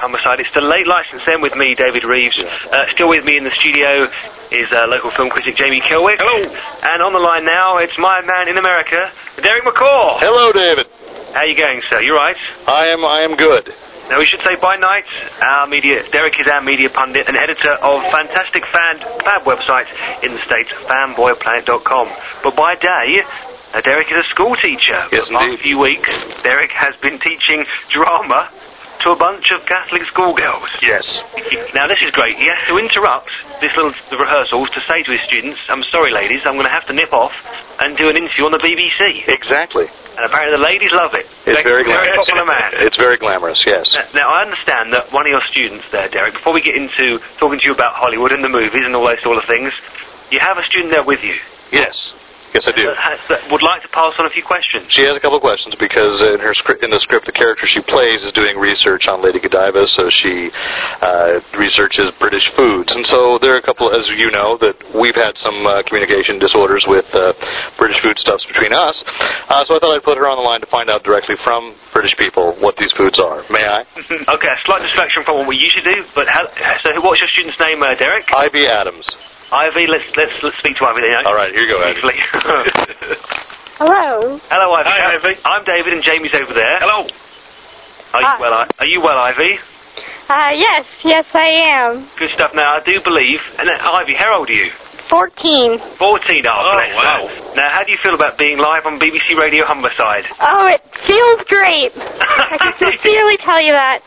on my side. It's the late license then with me, David Reeves. Uh, still with me in the studio is uh, local film critic Jamie Kilwick. Hello. And on the line now, it's my man in America, Derek McCaw. Hello, David. How you going, sir? You right? I am. I am good. Now we should say by night, our media Derek is our media pundit and editor of fantastic fan fab websites in the states, fanboyplanet.com. But by day. uh, Derek is a school teacher. Yes, the indeed. Last few weeks, Derek has been teaching drama to a bunch of Catholic schoolgirls. Yes. Now this is great. He has to interrupt this little the rehearsals to say to his students, "I'm sorry, ladies, I'm going to have to nip off and do an interview on the BBC." Exactly. And apparently the ladies love it. It's very very glamorous. popular man. It's very glamorous. Yes. Now, now, I understand that one of your students there, Derek, before we get into talking to you about Hollywood and the movies and all those sort of things, you have a student there with you Yes. Yes, I do. that, has, that would like to pass on a few questions. She has a couple of questions because in her script, in the script, the character she plays is doing research on Lady Godiva, so she uh, researches British foods. And so there are a couple, as you know, that we've had some uh, communication disorders with uh, British foodstuffs between us. Uh, so I thought I'd put her on the line to find out directly from British people what these foods are. May I? okay, a slight distraction from what we usually do, but how, so who- what's your student's name, uh, Derek? Ivy Adams. Ivy, let's, let's, let's speak to Ivy then. All right, here you go, Ivy. Briefly. Hello. Hello, Ivy. Hi, Ivy. I'm David and Jamie's over there. Hello. Are you Hi. well, I- are you well, Ivy? Uh, yes, yes, I am. Good stuff. Now, I do believe, and uh, Ivy, how old are you? 14. 14, oh, Oh, bless wow. her. Now, how do you feel about being live on BBC Radio Humberside? Oh, it feels great. I can sincerely tell you that.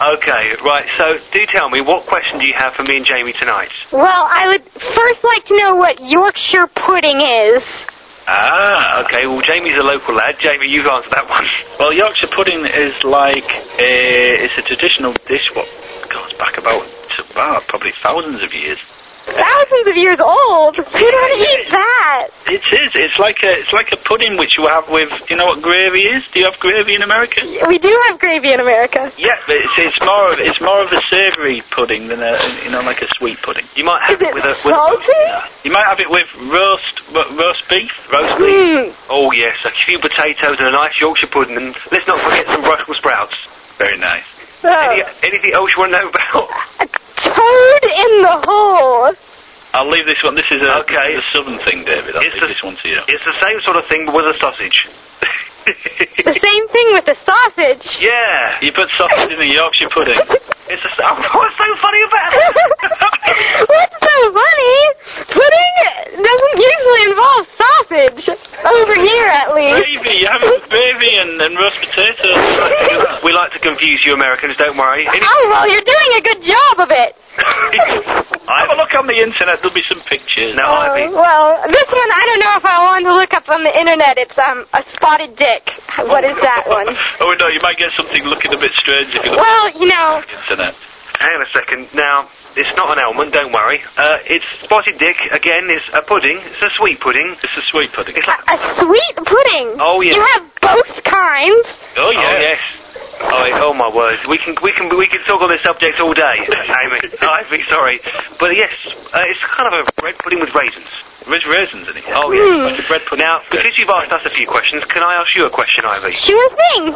Okay, right. So, do tell me, what question do you have for me and Jamie tonight? Well, I would first like to know what Yorkshire pudding is. Ah, okay. Well, Jamie's a local lad. Jamie, you've answered that one. Well, Yorkshire pudding is like a, it's a traditional dish what goes back about to, wow, probably thousands of years. Thousands of years old. Who don't eat that? It is. It's like a it's like a pudding which you have with you know what gravy is. Do you have gravy in America? We do have gravy in America. Yeah, but it's, it's more of it's more of a savoury pudding than a you know like a sweet pudding. You might Is have it it with a. With a salty? You might have it with roast ro- roast beef. Roast beef. Mmm. oh yes, a few potatoes and a nice Yorkshire pudding, and let's not forget some Brussels sprouts. Very nice. Any, Oh. anything else you want to know about? A toad in the hole. I'll leave this one. This is a, Okay. this is a southern thing, David. I'll It's leave a- this one to you. It's the same sort of thing, but with a sausage. The same thing with the sausage. yeah, You put sausage in a Yorkshire pudding. it's a. What's so funny about it? What's so funny? Pudding doesn't usually involve sausage. Over here, at least. gravy. You have it with gravy and, and roast potatoes. Like that. we like to confuse you Americans. Don't worry. Any- Oh, well, you're doing a good job of it. I- Have a look on the internet. There'll be some pictures. No, Oh, Ivy. well, this one, I don't know if I want to look up on the internet. It's um, a spotted dick. What is that one? oh no, you might get something looking a bit strange if you look Well, you know, on the internet. Hang on a second. Now, it's not an almond, don't worry. Uh, it's spotted dick, again, it's a pudding. It's a sweet pudding. It's a sweet pudding. It's a, like... a sweet pudding. Oh, yeah. You have both kinds. Oh Oh, yes. Oh, it- oh, my word. We can, we can, we can talk on this subject all day, Amy. Ivy, sorry. But yes, uh, it's kind of a bread pudding with raisins. There's raisins in it. Hmm. Oh, yeah. Like a bread pudding. Now, because you've asked us a few questions, can I ask you a question, Ivy? Sure thing.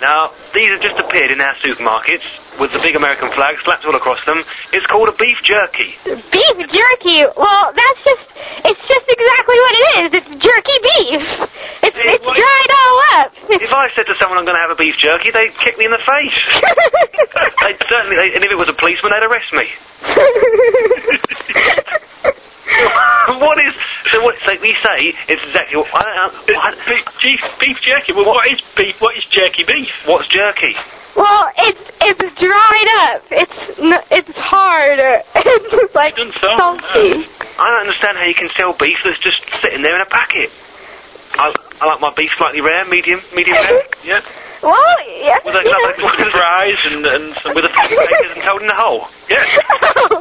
Now, these have just appeared in our supermarkets with the big American flag slapped all across them. It's called a beef jerky. Beef jerky. Well, that's just, it's just exactly what it is. It's jerky beef. It's, Hey, it's what- dried all up. If I said to someone I'm going to have a beef jerky, they'd kick me in the face. They'd certainly, they, and if it was a policeman, they'd arrest me. what is? So what? So we say it's exactly. What, I don't, know- what, It's beef, beef, beef jerky. Well, what is beef? What is jerky beef? what's jerky? well, it's it's dried up. It's n- it's hard. It's like Doesn't sound salty. I don't understand how you can sell beef that's just sitting there in a packet. I, I like my beef slightly rare, medium, medium rare, Yeah. Well, yeah. Well, that's you not know. like- Fries and, and some with a few potatoes and told in the hole. yeah.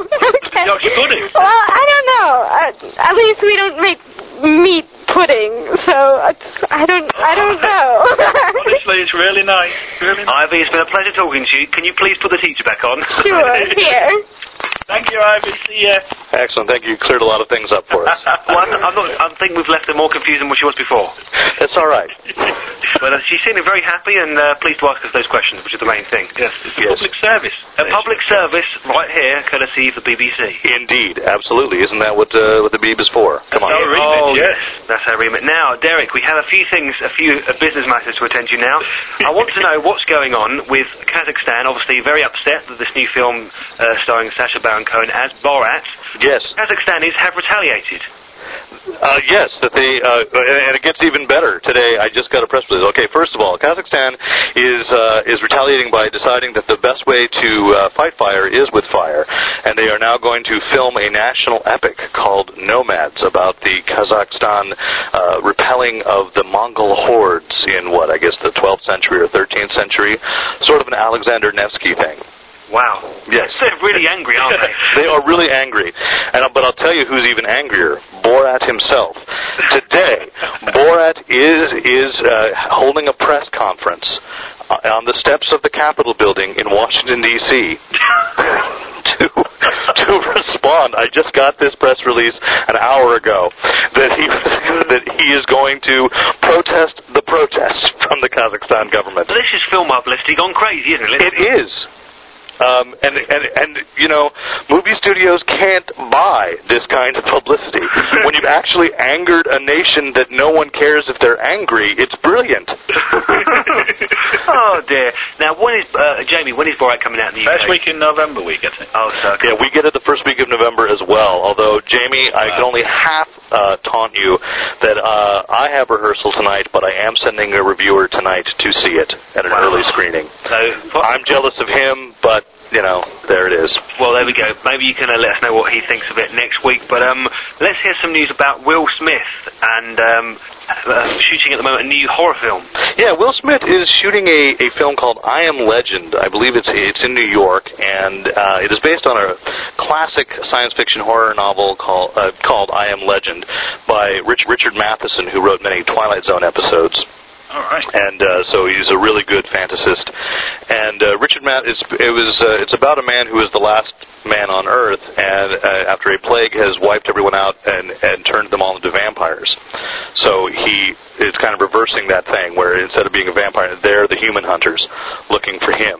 okay. Yorkshire pudding. Well, I don't know. Uh, at least we don't make meat pudding, so it's, I don't I don't know. Honestly, it's really nice. Really nice. Ivy, it's been a pleasure talking to you. Can you please put the teacher back on? sure, here. Thank you, Ivy. See ya. Excellent. Thank you. You cleared a lot of things up for us. Well, I'm, I'm not. I think we've left her more confused than what she was before. That's all right. But uh, she seemed very happy and uh, pleased to ask us those questions, which is the main thing. Yes, it's Yes. public service. A public service right here, courtesy of the BBC. Indeed. Absolutely. Isn't that what uh, what the Beeb is for? Come on. That's our remit, Oh, yes. That's our remit. Now, Derek, we have a few things, a few uh, business matters to attend to now. I want to know what's going on with Kazakhstan, obviously very upset that this new film uh, starring Sacha Baron Cohen as Borat. Yes. Kazakhstanis have retaliated. Uh, yes, that they, uh, and it gets even better today. I just got a press release. Okay, first of all, Kazakhstan is uh, is retaliating by deciding that the best way to uh, fight fire is with fire, and they are now going to film a national epic called Nomads about the Kazakhstan uh, repelling of the Mongol hordes in what I guess the 12th century or 13th century, sort of an Alexander Nevsky thing. Wow. Yes. They're really angry, aren't they? They are really angry. And uh, but I'll tell you who's even angrier: Borat himself. Today, Borat is is uh, holding a press conference uh, on the steps of the Capitol building in Washington D.C. to to respond. I just got this press release an hour ago that he that he is going to protest the protest from the Kazakhstan government. But this is film publicity gone crazy, isn't it? It is. Um, and, and, and, you know, movie studios can't buy this kind of publicity. when you've actually angered a nation that no one cares if they're angry, it's brilliant. oh dear. Now, when is uh, Jamie? When is Borat coming out in the UK? First week in November week, I think. Oh, so Yeah, we get it the first week of November as well. Although, Jamie, I can only half uh, taunt you that uh, I have rehearsal tonight, but I am sending a reviewer tonight to see it at an early screening. So, well, I'm jealous of him, but, you know, there it is. well, there we go. Maybe you can uh, let us know what he thinks of it next week. But um, let's hear some news about Will Smith and um, uh, shooting at the moment a new horror film. Yeah, Will Smith is shooting a, a film called I Am Legend. I believe it's it's in New York, and uh, it is based on a classic science fiction horror novel called uh, called I Am Legend by Rich, Richard Matheson, who wrote many Twilight Zone episodes All right. and uh, so he's a really good fantasist. And uh, Richard Matt, it's, it was uh, it's about a man who is the last man on Earth, and uh, after a plague has wiped everyone out and and turned them all into vampires. So he it's kind of reversing that thing where instead of being a vampire, they're the human hunters looking for him.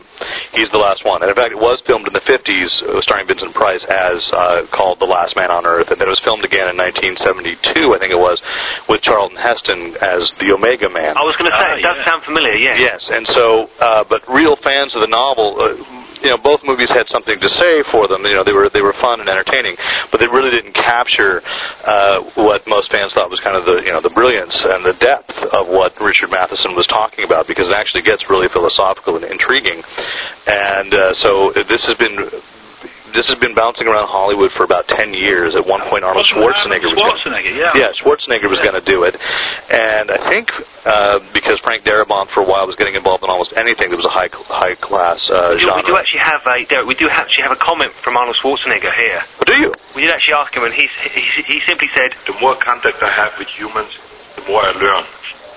He's the last one, and in fact, it was filmed in the 50s, uh, starring Vincent Price as uh, called The Last Man on Earth, and then it was filmed again in 1972, I think it was, with Charlton Heston as the Omega Man. I was going to say Ah, it does yeah. sound familiar. Yeah. Yes, and so, uh, but real fans of the novel, uh, you know, both movies had something to say for them. You know, they were they were fun and entertaining, but they really didn't capture uh, what most fans thought was kind of the you know the brilliance and the depth of what Richard Matheson was talking about, because it actually gets really philosophical and intriguing. And uh, so this has been. This has been bouncing around Hollywood for about ten years. At one point, Arnold Wasn't Arnold Schwarzenegger was gonna- Schwarzenegger, yeah. yeah, Schwarzenegger was going to do it, and I think uh, because Frank Darabont for a while was getting involved in almost anything that was a high high class uh, We do, we do genre. actually have a Derek. We do actually have a comment from Arnold Schwarzenegger here. Do you? We did actually ask him, and he he, he simply said, The more contact I have with humans, the more I learn.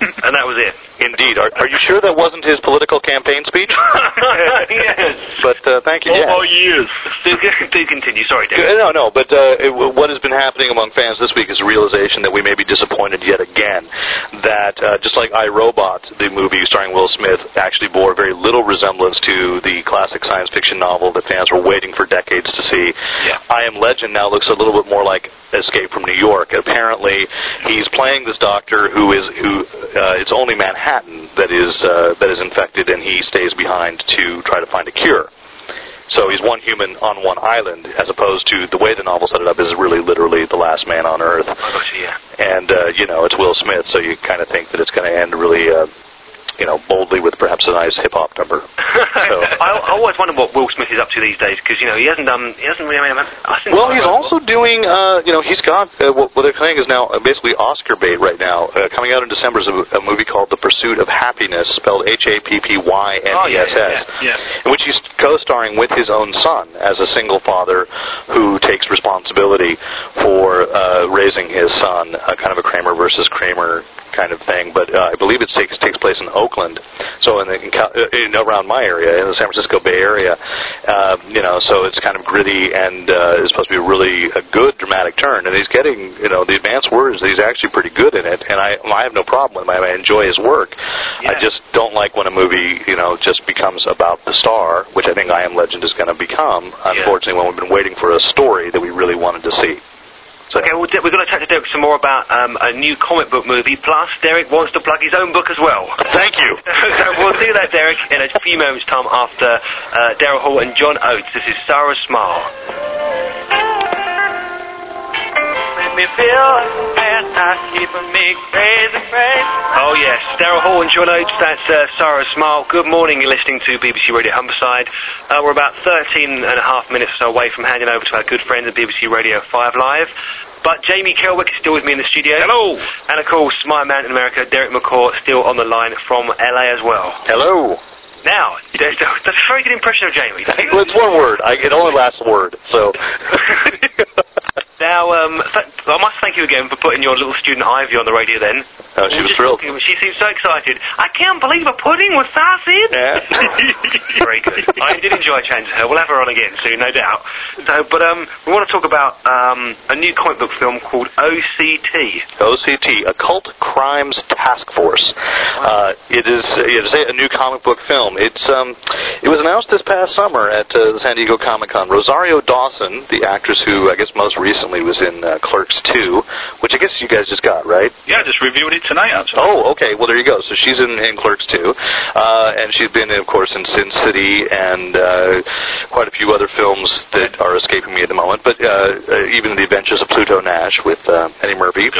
and that was it. Indeed. Are, are you sure that wasn't his political campaign speech? yes. but uh, thank Oh, you. yeah. years. Do, do continue. Sorry, Derek. Good. No, no, but uh, it, what has been happening among fans this week is a realization that we may be disappointed yet again. That uh, just like I Robot, the movie starring Will Smith, actually bore very little resemblance to the classic science fiction novel that fans were waiting for decades to see. Yeah. I Am Legend now looks a little bit more like Escape from New York. Apparently, he's playing this doctor who is who. Uh, it's only Manhattan that is uh, that is infected, and he stays behind to try to find a cure. So he's one human on one island, as opposed to the way the novel set it up is really literally the last man on Earth. Oh, gosh, yeah. And uh, you know, it's Will Smith, so you kind of think that it's going to end really, uh, you know, boldly with perhaps a nice hip hop number. So. I, I always wonder what Will Smith is up to these days because you know he hasn't done he hasn't really made a I think- Well, he's also doing, uh, you know, he's got uh, what, what they're saying is now uh, basically Oscar bait right now. Uh, coming out in December is a, a movie called The Pursuit of Happiness, spelled H A P P Y Oh, N E yeah, S yeah, S, yeah. in which he's co-starring with his own son as a single father who takes responsibility for uh, raising his son, uh, kind of a Kramer versus Kramer kind of thing. But uh, I believe it takes takes place in Oakland, so in, the, in, Cal- uh, in around my area, in the San Francisco Bay Area, uh, you know. So it's kind of gritty and uh, is supposed to be really a good dramatic turn. And he's getting, you know, the advanced word is that he's actually pretty good in it, and I I have no problem with him. I enjoy his work. Yeah. I just don't like when a movie, you know, just becomes about the star, which I think I Am Legend is going to become. Unfortunately, when we've been waiting for a story that we really wanted to see. So, Okay, well, De- we're going to talk to Derek some more about um, a new comic book movie. Plus, Derek wants to plug his own book as well. thank you. so we'll do that, Derek, in a few moments' time after uh, Daryl Hall and John Oates. This is Sarah Smile. Make me feel Oh yes, Daryl Hall and John Oates. That's uh, Sarah Smile. Good morning. You're listening to BBC Radio Humberside. Uh, we're about 13 and a half minutes away from handing over to our good friends at BBC Radio Five Live. But Jamie Kelwick is still with me in the studio. Hello. And of course, my man in America, Derek McCaw, still on the line from LA as well. Hello. Now, that's that's a very good impression of Jamie. Well, it's one word. I, it only lasts a word. So, Now, um, th- I must thank you again for putting your little student Ivy on the radio then. Oh, We she were was just thrilled. talking- she seemed so excited. I can't believe a pudding with sausage. Yeah. Very good. I did enjoy chatting to her. We'll have her on again soon, no doubt. So, but um, we want to talk about um, a new comic book film called OCT. OCT, Occult Crimes Task Force. Uh, it is it is a new comic book film. It's um, it was announced this past summer at uh, the San Diego Comic Con. Rosario Dawson, the actress who I guess most recently was in uh, Clerks 2, which I guess you guys just got right. Yeah, I just reviewed it tonight, actually. Oh, okay. Well, there you go. So she's in, in Clerks too, uh, and she's been, of course, in Sin City and uh, quite a few other films that are escaping me at the moment. But uh, uh, even The Adventures of Pluto Nash with uh, Eddie Murphy.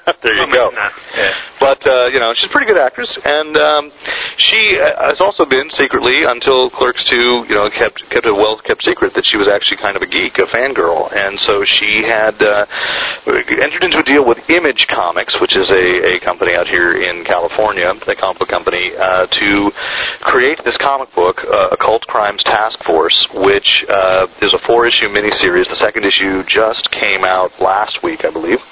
But there you go. Yeah. But uh, you know, she's a pretty good actress, and um, she uh, has also been secretly until Clerks Two. You know, kept kept a well kept secret that she was actually kind of a geek, a fangirl, and so she had uh, entered into a deal with Image Comics, which is a, a company out here in California, a comic book company, uh, to create this comic book, uh, Occult Crimes Task Force, which uh, is a four issue miniseries. The second issue just came out last week, I believe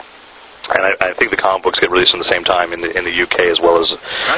and I, I think the comic books get released at the same time in the in the UK as well as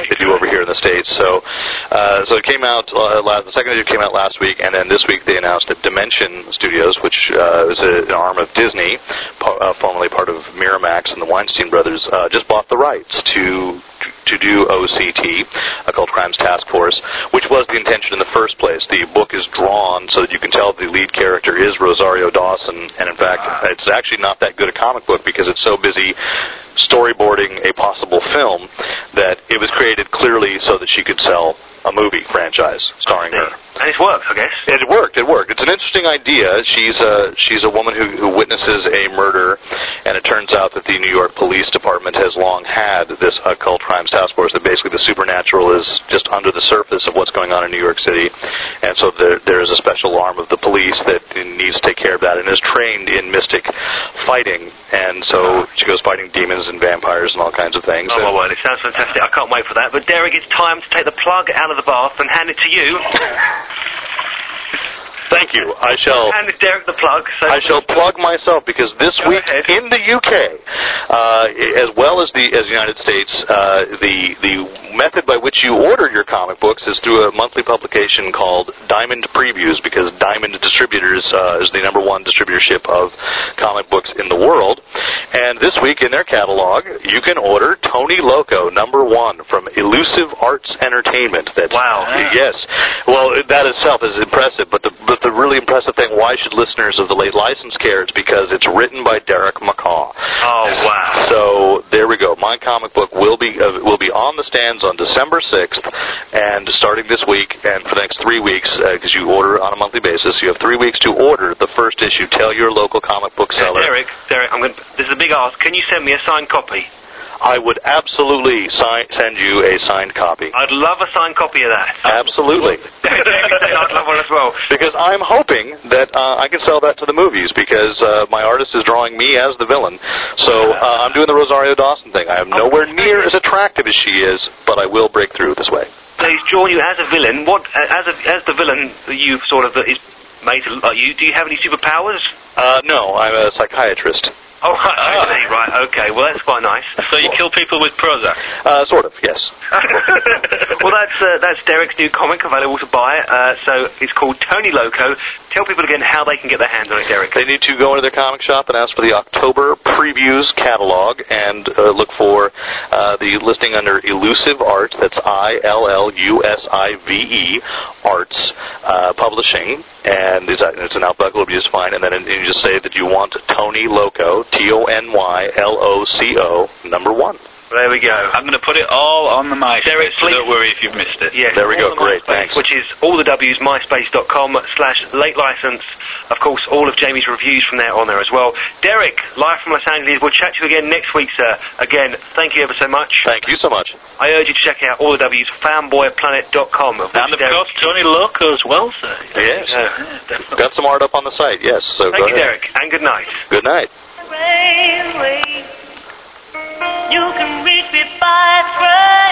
they do over here in the states. So, uh, so it came out uh, last. The second issue came out last week, and then this week they announced that Dimension Studios, which uh, is a, an arm of Disney, po- uh, formerly part of Miramax and the Weinstein Brothers, uh, just bought the rights to to do OCT, Occult Crimes Task Force, which was the intention in the first place. The book is drawn so that you can tell the lead character is Rosario Dawson, and in fact, it's actually not that good a comic book because it's so busy storyboarding a possible film that it was created clearly so that she could sell a movie franchise starring her. And it's worked, I guess. It worked. It worked. It's an interesting idea. She's a she's a woman who, who witnesses a murder, and it turns out that the New York Police Department has long had this occult crimes task force. That basically the supernatural is just under the surface of what's going on in New York City, and so there there is a special arm of the police that needs to take care of that and is trained in mystic fighting. And so she goes fighting demons and vampires and all kinds of things. Oh And- my word, it sounds fantastic. I can't wait for that. But Derek, it's time to take the plug out of the bath and hand it to you. thank you. I shall. Hand Derek the plug. So Oh. I shall plug myself because this Go week ahead. in the UK, uh, as well as the as the United States, uh, the the method by which you order your comic books is through a monthly publication called Diamond Previews because Diamond Distributors uh, is the number one distributorship of comic books in the world. And this week in their catalog, you can order Tony Loco number one from Elusive Arts Entertainment. That's E Wow. Yes. Well, that itself is impressive, but the but the really impressive thing, why should listeners of the late license care? It's because it's written by Derek McCaw. Oh wow. So there we go. My comic book will be uh, will be on the stands on December sixth, and starting this week and for the next three weeks, because you order on a monthly basis, you have three weeks to order the first issue. Tell your local comic book seller. Derek, Derek, I'm going. to This is a big ask. Can you send me a signed copy? I would absolutely si- send you a signed copy. I'd love a signed copy of that. Absolutely. Derek said I'd love one as well. because I'm hoping that uh, I can sell that to the movies because uh, my artist is drawing me as the villain. So uh, I'm doing the Rosario Dawson thing. I am nowhere near as attractive as she is, but I will break through this way. uh, So he's drawn you as a villain. What as a, as the villain that you've sort of that is made to look like you. Do you have any superpowers? Uh, no, I'm a psychiatrist. Oh, right, I see, right, okay. Well, that's quite nice. So you kill people with Prozac? Uh, sort of, yes. well, that's uh, that's Derek's new comic available to buy. Uh, so it's called Tony Loco. Tell people again how they can get their hands on it, Derek. They need to go into their comic shop and ask for the October previews catalog and uh, look for uh, the listing under Elusive Art. That's I L L U S I V E Arts uh, Publishing, and it's, uh, it's an outbuckle. It'll be just fine. And then you just say that you want Tony Loco, T O N Y L O C O, number one. There we go. I'm going to put it all on the mic. Derek, so please. don't worry if you've missed it. Yes, There we all go. the Great, MySpace, thanks. Which is all the W's myspace.com slash late license. Of course, all of Jamie's reviews from there on there as well. Derek, live from Los Angeles. We'll chat to you again next week, sir. Again, thank you ever so much. Thank you so much. I urge you to check out all the W's fanboyplanet.com. Of And which of Derek- course, Tony Loco as well, sir. Yes. Yeah, definitely. Got some art up on the site. Yes. So Thank go you, ahead. Derek, and good night. Good night. railway. You can reach me by train.